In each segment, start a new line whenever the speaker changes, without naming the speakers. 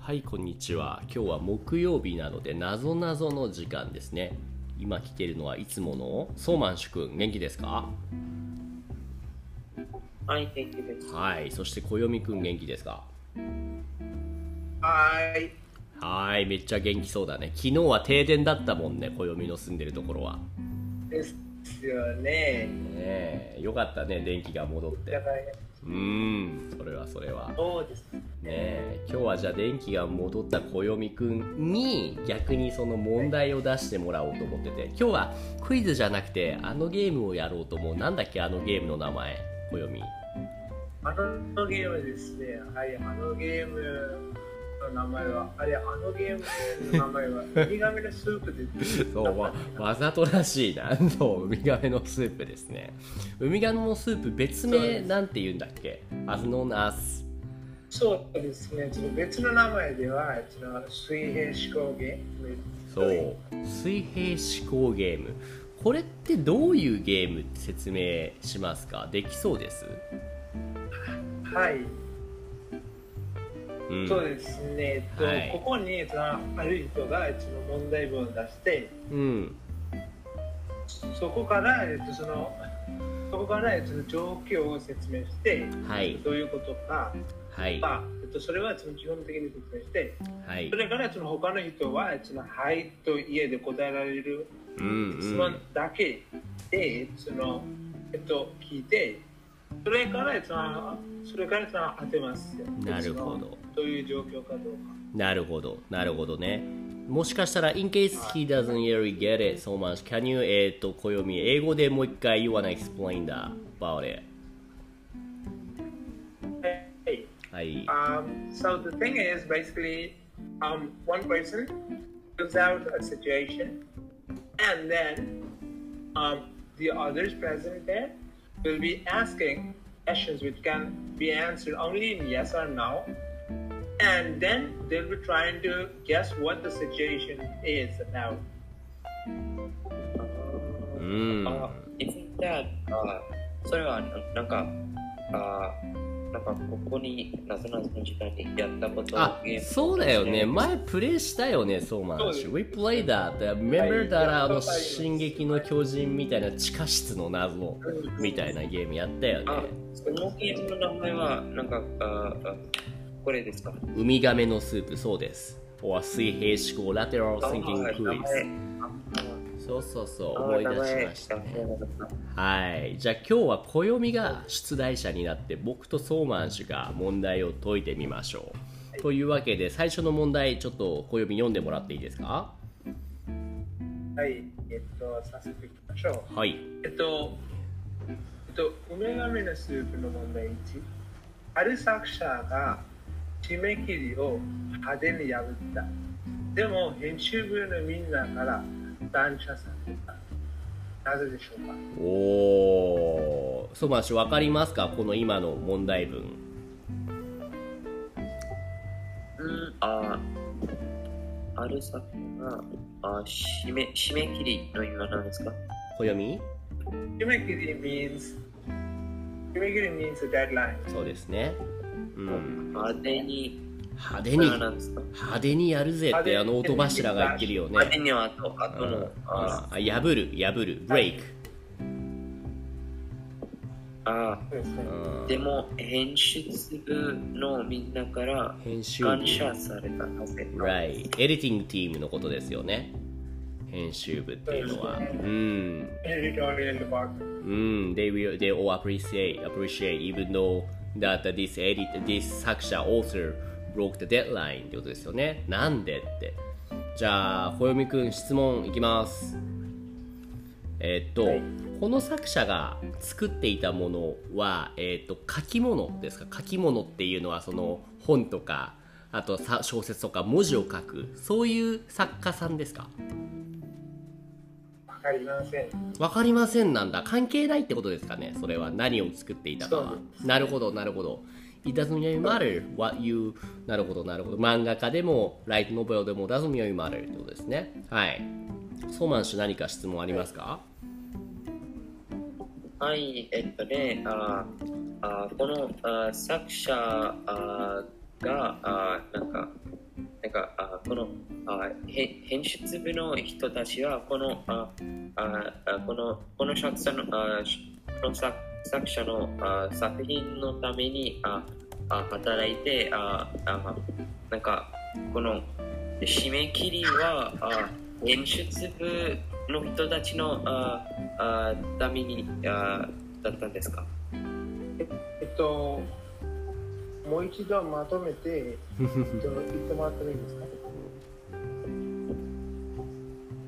はいこんにちは今日は木曜日なのでなぞなぞの時間ですね今来てるのはいつものそうまんしゅくん元気ですか
はい、元気です。
はいそしてこよみくん元気ですか
はーい。
はいめっちゃ元気そうだね昨日は停電だったもんねこよみの住んでるところは
ですよね。
ねえよかったね電気が戻って
だから、
うーんそれはそれはね
そうです。
え今日はじゃあ電気が戻ったこよみくんに逆にその問題を出してもらおうと思ってて今日はクイズじゃなくてあのゲームをやろうと思うなんだっけあのゲームの名前こよみ
あのゲームですね。はい、あのゲームの名前は、あれ、あのゲームの名前 は、ウミガメのスープです。
そうわわざとらしいなそうウミガメのスープですねウミガメのスープ別
そうで
名
す
なんて言うんだっけ As known as
そうですね。ちょっと別の名前では、ちょっと水平思考ゲーム。
そう水平思考ゲームこれってどういうゲームって説明しますかできそうです、
はい、
うん、
そうですね。えっと
はい
ここに、そのある人が、一応問題文を出して、
うん
そこから、えっと、その、そこから、えっと、状況を説明して、
はい
どういうことか、
はい
まあえっと、それはその基本的に説明して、
はい
それからその他の人はそのはいといえで答えられる
うん
質
う
問
ん
だけで、そのえっと、聞いて、それからそのそれからその当てますよ。
なるほど
その。どういう状況かどうか。
なるほどなるほどねもしかしたら In case he doesn't really get it so much can you えっと暦英語でもう一回 You wanna explain that about it
は
はい
い Um, so the thing is basically, um, one person gives out a situation, and then um, the others present there will be asking questions which can be answered only in yes or no, and then they'll be trying to guess what the situation is about.
う
あ
ん、
isn't that あそれはななんか、あなんかここになぞなぞの時間にやったこと
あ
ゲーム
そうだよね前プレイしたよねそうマンシュ
そう
We played that Remember that あ
は
の「
い
進撃の巨人」みたいな地下室の謎みたいなゲームやったよね
あそのゲームの名前はなんかああこれですか
ウミガメのスープそうです or 水平思考ラテラル thinking
あ名
quiz
前
そうそうそう
あ
思い出
名前
しましたね
名前わかった
はいじゃあ今日は暦が出題者になって僕とソーマン氏が問題を解いてみましょうというわけで最初の問題ちょっと暦読んでもらっていいですか
はい、えっと、早速いきましょう。
はい
えっと、えっと、梅ガメのスープの問題1。ある作者が締め切りを派手に破った。でも、編集部のみんなから断捨された。なぜでしょうか
おーソーマン氏分かりますかこの今の問題文
うんあある作品があ締め締め切りの意味は何ですか
暦
締め切り means 締め切り means a deadline.
そうですねうん
派手に
派手
こ
に
れは何ですか
派手にやるぜってあの音柱が言ってるよ
派手
ね
には後
あ
後のあ
あ破る破る break
あ
そうですね。
うん
でも編集部のみんなから
編集部
感謝されたはず
Right. エディティングチームのことですよね。編集部っていうのは。う
そうですね
ん。
editorial department.
うん。They will, they all appreciate, appreciate even though that this edit, this 作者 author broke the deadline ってことですよね。なんでって。じゃあ、小読くん質問いきます。えーっと、
はい
この作者が作っていたものは、えーっと書き物ですか書き物っていうのはその本とかあとさ小説とか文字を書くそういう作家さんですか
わかりません。
わかりませんなんだ関係ないってことですかねそれは何を作っていたかは
そう
なるほどなるほど It doesn't really matter what you なるほどなるほど漫画家でもライトノベルでも doesn't really matter ってことですねはいソーマン氏何か質問あります か
はいえっとねああこのあ作者あがあなんかか、あこのあへ編出部の人たちはこのあああこのこの作者のあしこの作作者のあ作品のためにああ働いてああなんかこの締め切りはあ演出部の人たちのああためにあだったんですか
えっと、もう一度まとめて、えっと、言ってもらってもいいですか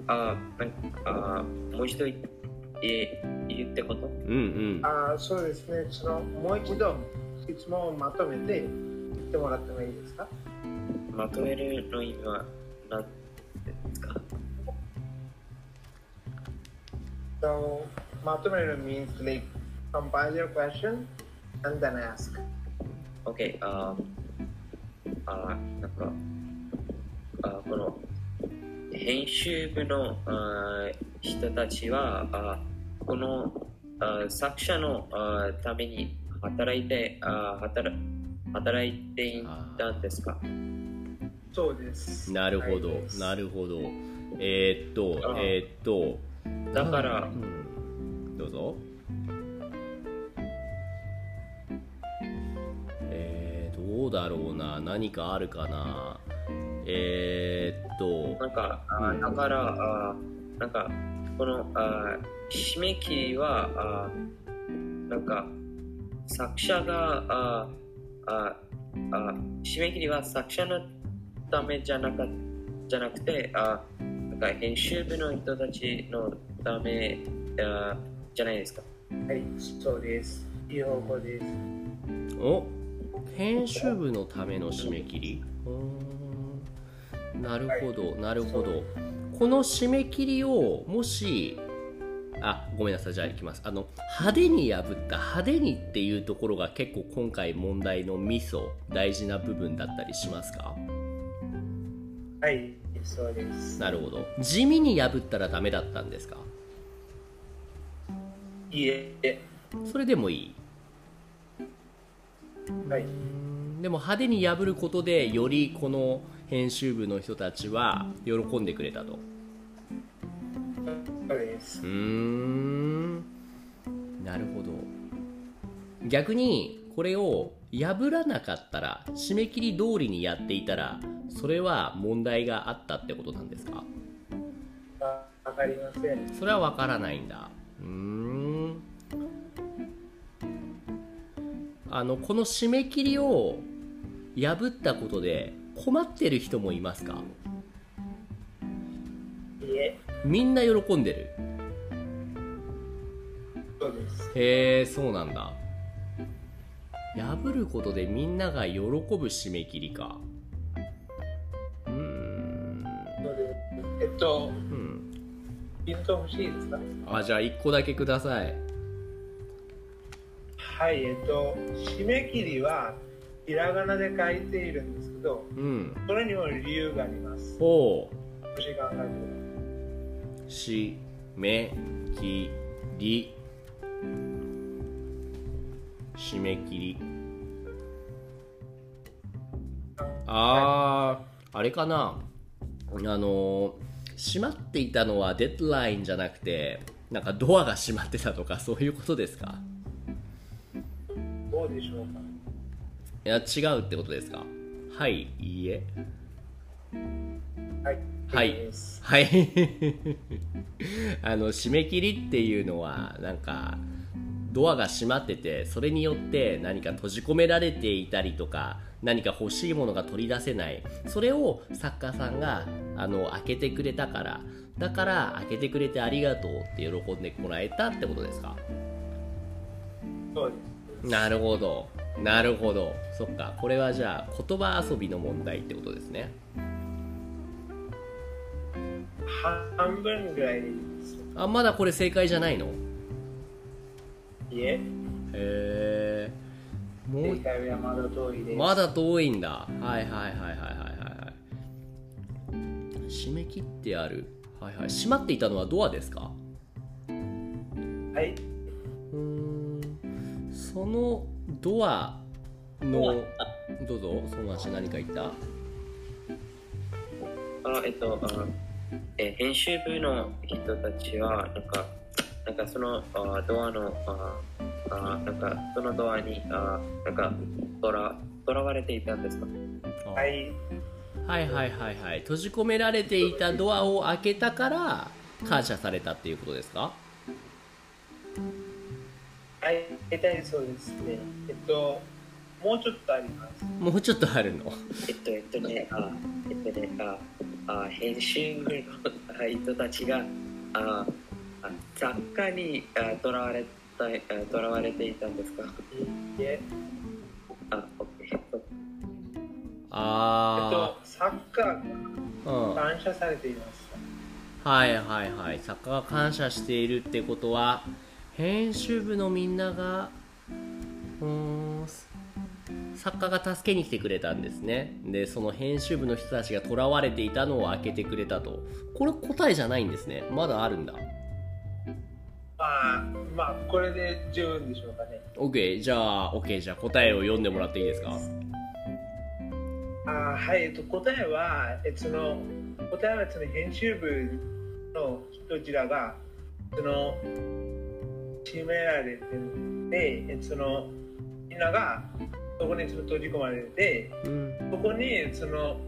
あなんあもう一度いえ言ってこと
うんうん
あーそうですね、そのもう一度質問をまとめて言ってもらってもいいですか
まとめるの意味は何ですか
So, Matomaru means like compile your question and then ask.
OK ああなんかあこの編集部のあ人たちはあこのあ作者のあために働いてあ働働いていたんですか
そうです。
なるほど、
はいです
なるほど。えー、っと
あ、ー
えー、っと、
だから
うんどうぞ。えー、どうだろうな、何かあるかな。えー、っと
な、んか、あ
うん
だから、あなんか、この、あ締め切りは、あなんか、作者が、あああ締め切りは作者のためじゃなかじゃなくて、あなんか編集部の人たちのためあじゃないですか。
はい、そうです。いい方法です。
お編集部のための締め切りうーんなるほど、なるほど。この締め切りを、もし、あごめんなさいじゃあいきますあの派手に破った派手にっていうところが結構今回問題のミソ大事な部分だったりしますか
はい、そうです。
なるほど地味に破ったらダメだったんですか
いえ、
それでもいい
はい。
でも派手に破ることでよりこの編集部の人たちは喜んでくれたと
そうです
う。ーんなるほど逆にこれを破らなかったら締め切り通りにやっていたらそれは問題があったってことなんですか
わわかりません。
それは分からないんだうーんあのこの締め切りを破ったことで困ってる人もいますか
いえ、
みんな喜んでる
そうです。
へえそうなんだ破ることでみんなが喜ぶ締め切りかうーん
そうです。えっ
う
と、
ん
ヒント欲しいですか
あじゃあ1個だけください
はい、えっと、締め切りはひらがなで書いているんですけど、
うん
それにも理由があります。
ほう
お時間があります。
しめきり締め切りあーあれかなあのー閉まっていたのはデッドラインじゃなくてなんかドアが閉まってたとかそういうことですか
どうでしょうか
いや違うってことですかはいいいえ
はい。
はい
です
はい あの締め切りっていうのはなんかドアが閉まっててそれによって何か閉じ込められていたりとか何か欲しいものが取り出せないそれを作家さんがあの開けてくれたからだから開けてくれてありがとうって喜んでもらえたってことですか
そうです。
なるほどなるほどそっかこれはじゃあ言葉遊びの問題ってことですね
半分ぐらいです。
あまだこれ正解じゃないの
いえ、
へえもう
正解はまだ遠いです。
まだ遠いんだはいはいはいはいはいはいはい締め切ってあるはいはい閉まっていたのはドアですか
はい。
うーんそのドアのどうぞその足何か言った
あえっとあ、えー編集部の人たちはなんかなんかそのあドアのああなんかそのドアにあなんかとらとらわれていたんですか
はい、は
I
いはいはいはい閉じ込められていたドアを開けたから感謝されたっていうことですか
I 大体そうですね。えっともうちょっとあります。
もうちょっとあるの
えっとえっとねあえっとねああ編集部のあ人たちがああ作家にあとらわれたあとらわれていたんですか
いいえ
あオッケー
えっと
あ
サッカ
あ、うん
ーが感謝されています。
はいはいはい作家が感謝しているってことは編集部のみんながうーん作家が助けに来てくれたんですねでその編集部の人たちが囚われていたのを開けてくれたとこれ答えじゃないんですねまだあるんだ
まあまあこれで十分でしょうかね。
OK じゃあ OK じゃあ答えを読んでもらっていいですか
あーはい、えっと、答えは、えっと、その答えはその編集部の人たちらがその締められててえっとそのみんながそこにその閉じ込まれて
うん
そこにその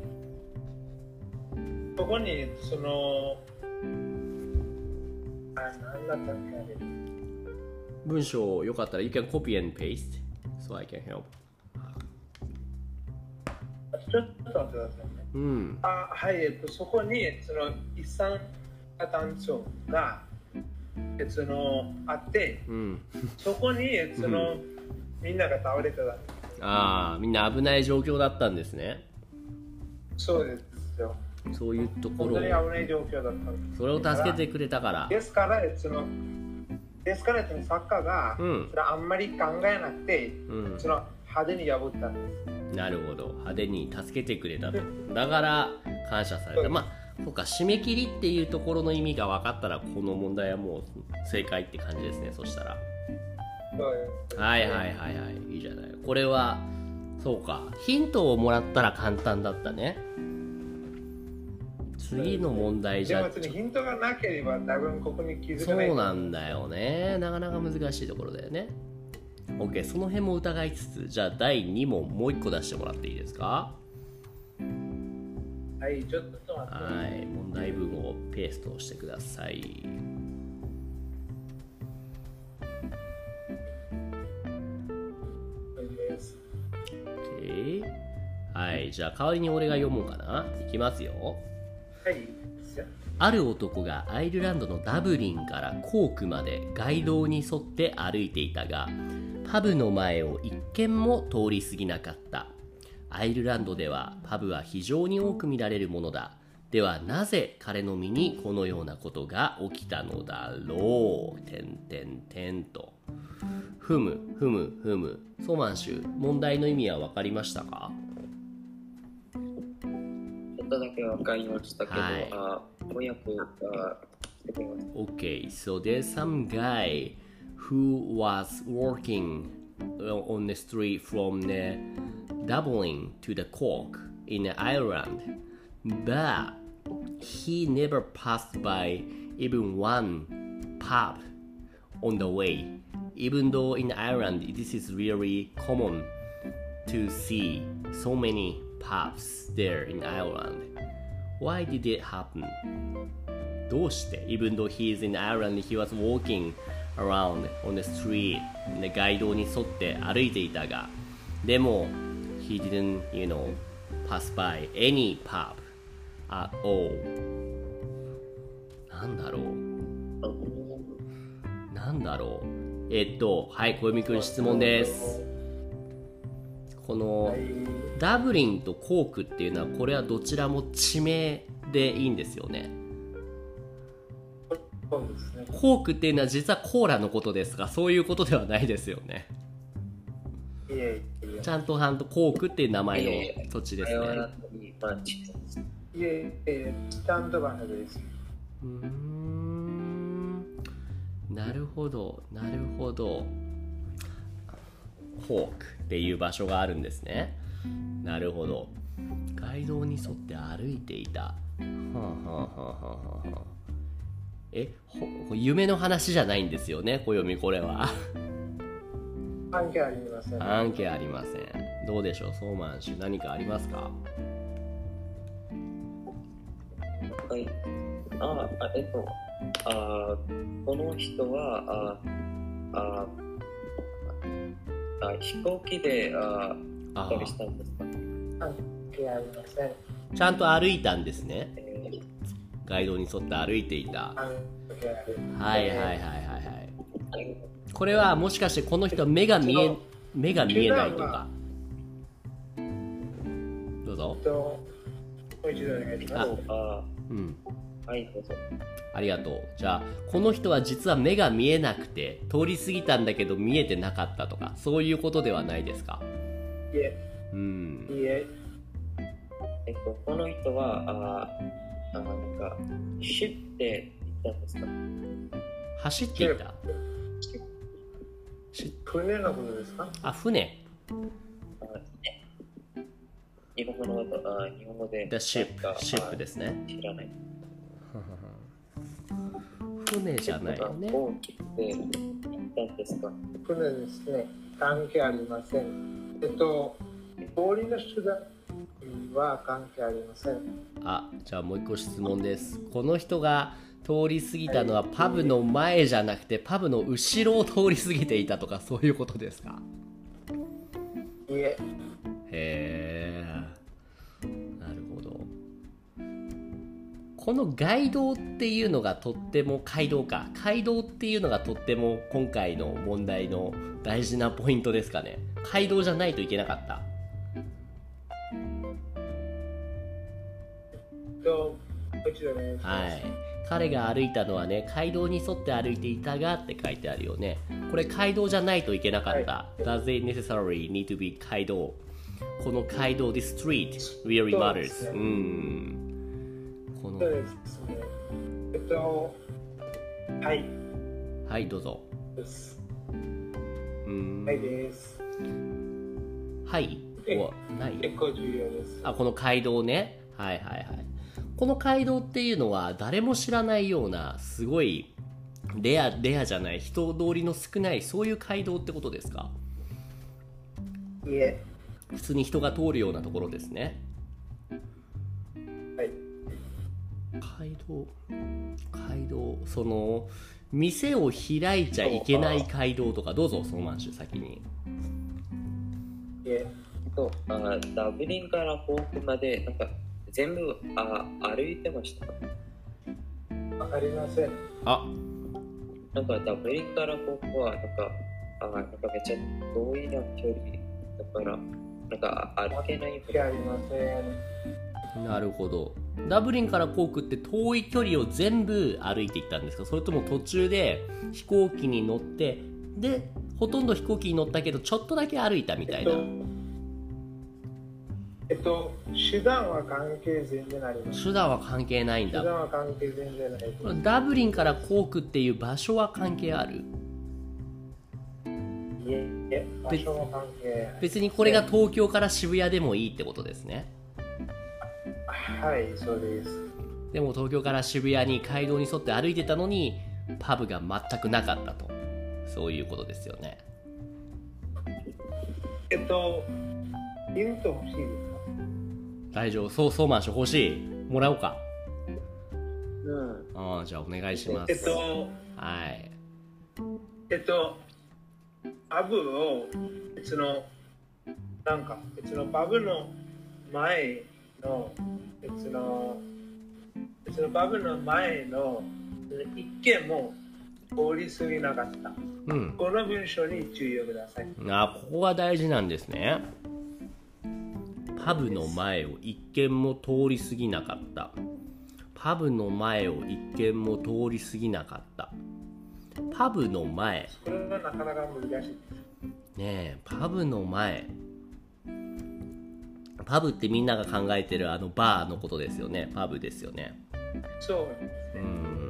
そこにそのあ何だったっけあれ
文章よかったら You can copy and paste so I can help
あちょっと待ってくださいね
うん
あはい、えっと、そこにその一酸化炭素が、えっと、そのあって
うん
そこにその、みんなが倒れてたんで
ああみんな危ない状況だったんですね
すそうですよ
そういうとこ
本
ろ
当
を
に危ない状況だったんです
それを助けてくれたから
ですからえっとそのですからえっとサッカーが、
うん
それあんまり考えなくて、
うん
その派手に破ったんです
なるほど派手に助けてくれたとだから感謝され
そ
た
う
まあそうか締め切りっていうところの意味が分かったらこの問題はもう正解って感じですねそしたら
そうです
はいはいはいはいいいじゃないこれはそうかヒントをもらったら簡単だったね次の問題じ
でも
ゃ
別にヒントがなければ多分ここに気づ
そ
かないう
なんだよねなかなか難しいところだよね OK その辺も疑いつつじゃあ第2問もう1個出してもらっていいですか
はいちょっと待って
はい、問題文をペーストしてください。
くださいです
OK はい、じゃあ代わりに俺が読もうかな。いきますよ。
はい
ある男がアイルランドのダブリンからコークまで街道に沿って歩いていたがパブの前を一軒も通り過ぎなかったアイルランドではパブは非常に多く見られるものだではなぜ彼の身にこのようなことが起きたのだろうてんてんてんとふむふむふむソマンシュ問題の意味は分かりましたか
ちょっとだけわかりましたけど、
はい
あ翻訳がしてくれまし
Okay, so there's some guy who was walking uh, on the street from the Dublin to the Cork in Ireland, but he never passed by even one pub on the way. Even though in Ireland this is really common to see so many pubs there in Ireland. Why did it happen? どうして Even though he is in Ireland, he was walking around on the street で街道に沿って歩いていたがでも He didn't, you know, pass by any pub at all なんだろう
た。
なんだろうえっと、はい、小泉くん質問ですこの
はい
ダブリンとコークっていうのはこれはどちらも地名でいいんですよね
そうですね
コークっていうのは実はコーラのことですがそういうことではないですよね
いえいえ
ちゃんとハンとコークっていう名前の土地ですね
台湾にマッチです。
いえいえ、スタンドバンドです。
うーんなるほどなるほどコークっていう場所があるんですねなるほど街道に沿って歩いていたはあはあはあはあはあえほ夢の話じゃないんですよね暦これは
関係ありません。
関係ありませんどうでしょうソーマン氏何かありますか
はい。あ、あえっと、あこの人は、あああ飛行機であ
あ
旅したんですか、
関係ありません。
ちゃんと歩いたんですね
えー
ガイドに沿って歩いていた
関係ありません。
はいはいはいはいはいこれはもしかしてこの人は目が見え目が見えないとかどうぞ
えっと、もう一度お願いします。
あ
うん
はい、どうぞ。
ありがとうじゃあこの人は実は目が見えなくて通り過ぎたんだけど見えてなかったとかそういうことではないですか
いえ、
うん
いえ、
えっと、この人は、ああなんか、シップで行ったんですか
走っていた
船のことですか
あ船
あね日本語のあ日本語で
The ship
なんか
ship ですね
あ知らない。
船じゃないよね
飛行機で行ったんですか
船ですね。関係ありません。えっと、氷の手段は関係ありません。
あじゃあもう一個質問ですこの人が通り過ぎたのはパブの前じゃなくてパブの後ろを通り過ぎていたとかそういうことですか
いえ、
へえなるほどこの街道っていうのがとっても街道か街道っていうのがとっても今回の問題の大事なポイントですかね街道じゃないといけなかった
えっと、もう一度お願いし
は
ます。
い。彼が歩いたのはね、街道に沿って歩いていたがって書いてあるよね。これ街道じゃないといけなかった。Does it necessarily need to be 街道この街道、this street really
そうです
matters.
ね
うん。この
そう、ですね。えっと、はい、
はい、どうぞ。
です。
うん。
はいです。
はい。
え
おない
結構重要です。
あこの街道ねはいはいはいこの街道っていうのは誰も知らないようなすごいレアレアじゃない人通りの少ないそういう街道ってことですか
いえ、
普通に人が通るようなところですね
はい。
街道街道その店を開いちゃいけない街道とかどうぞソーマンシュ先に
いえ、
とあダブリンからフォークまでなんか全部あ歩いてました
わかりません。
あ
なんかダブリンからフォークはなんかあなんかめっちゃ遠いな距離だからなんかあ歩けない
関係ありません。
なるほどダブリンからコークって遠い距離を全部歩いていったんですかそれとも途中で飛行機に乗ってでほとんど飛行機に乗ったけどちょっとだけ歩いたみた
えっ
いな、
と、えっと、手段は関係全然ありません。
手段は関係ないん
手
だ
段は関係全然ないです。
このダブリンからコークっていう場所は関係ある
いえ、いえ場所も関係。
別にこれが東京から渋谷でもいいってことですね
はい、そうです。
でも東京から渋谷に街道に沿って歩いてたのにパブが全くなかったとそういうことですよね
えっと、ヒント欲しいですか
大丈夫そうそうマンション欲しいもらおうか
うん
ああじゃあお願いします
えっと、
はい
えっと、パブを別の、なんか別のパブの前の、別の、別のパブの前の一軒も通り過ぎなかった。
うん
この文章に注意をください。
あここが大事なんですねパブの前を一軒も通り過ぎなかったパブの前を一軒も通り過ぎなかったパブの前
これはなかなか難しい。
ねえパブの前パブってみんなが考えてるあのバーのことですよねパブですよね
そう
うーん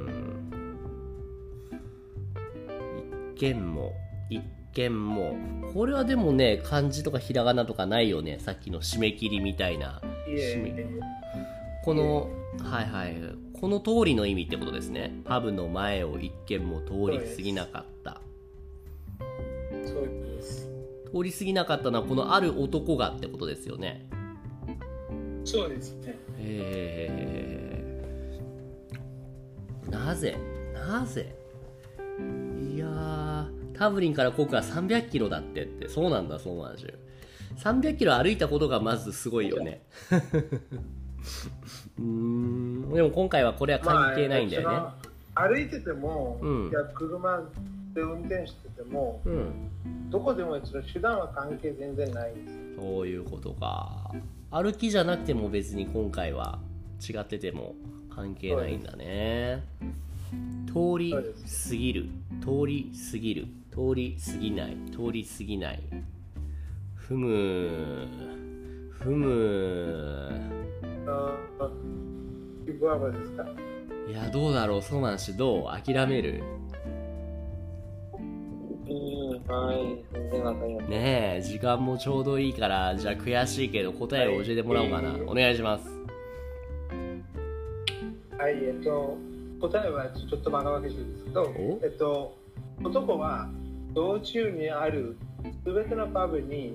一軒も一軒もこれはでもね漢字とかひらがなとかないよねさっきの締め切りみたいな
ですね。いえいえ、
この、はいはい、この通りの意味ってことですね。パブの前を一軒も通り過ぎなかった。
そうです。
通り過ぎなかったのはこのある男がってことですよね。
そうですね。
えーなぜなぜいやータブリンからコークは300キロだってってそうなんだそうなんですよ300キロ歩いたことがまずすごいよ ねうーんでも今回はこれは関係ないんだよね、
まあ、その歩いてても、
うん
いや車で運転してても、
うん
どこでもその手段は関係全然ないんです。
そういうことか歩きじゃなくても別に今回は違ってても関係ないんだね通り
そうです
過ぎる通り過ぎる通り過ぎない通り過ぎないふむふむ
あいかがですか
いやどうだろうソマン氏どう諦める
うん、はい、全然わかりま
ねえ時間もちょうどいいからじゃあ悔しいけど答えを教えてもらおうかな、
はい
お願いします
はい、えっと、答えはちょっとバカバカしいですけど
お、
えっと、男は道中にあるすべてのパブに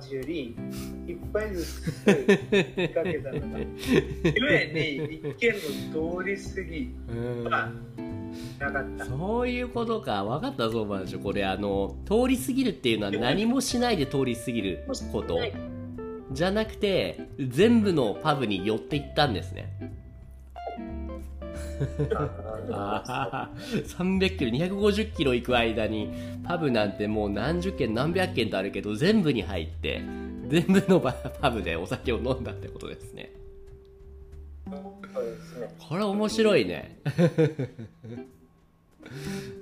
立ち寄り、一杯ずつ出かけたのだ。故に一軒も通り過ぎ
うーん
はなかった。
そういうことか分かったそうなんですよこれあの通り過ぎるっていうのは何もしないで通り過ぎること
はい
じゃなくて全部のパブに寄っていったんですね あー300キロ250キロ行く間にパブなんてもう何十軒何百軒とあるけど全部に入って全部のパパブでお酒を飲んだってことですね
そうですね。
これ面白いね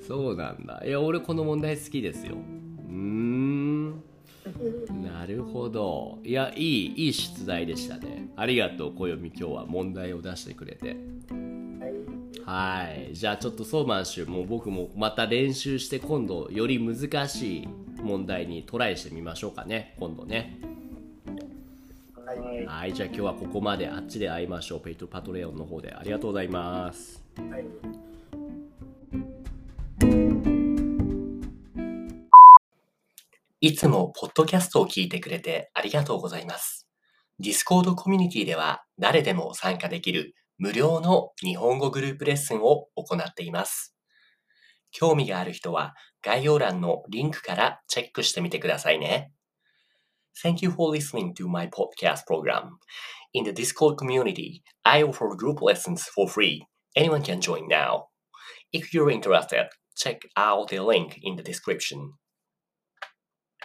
そうなんだいや俺この問題好きですようーんなるほどいやいいいい出題でしたねありがとう小読み今日は問題を出してくれて
はい、
はいじゃあちょっとソーマンシュもう僕もまた練習して今度より難しい問題にトライしてみましょうかね今度ね
す。はい。
はいじゃあ今日はここまであっちで会いましょうペイトパトレオンの方でありがとうございます
はい
いつもポッドキャストを聞いてくれてありがとうございます。Discord コミュニティでは誰でも参加できる無料の日本語グループレッスンを行っています。興味がある人は概要欄のリンクからチェックしてみてくださいね。Thank you for listening to my podcast program. In the Discord community, I offer group lessons for free. Anyone can join now. If you're interested, check out the link in the description.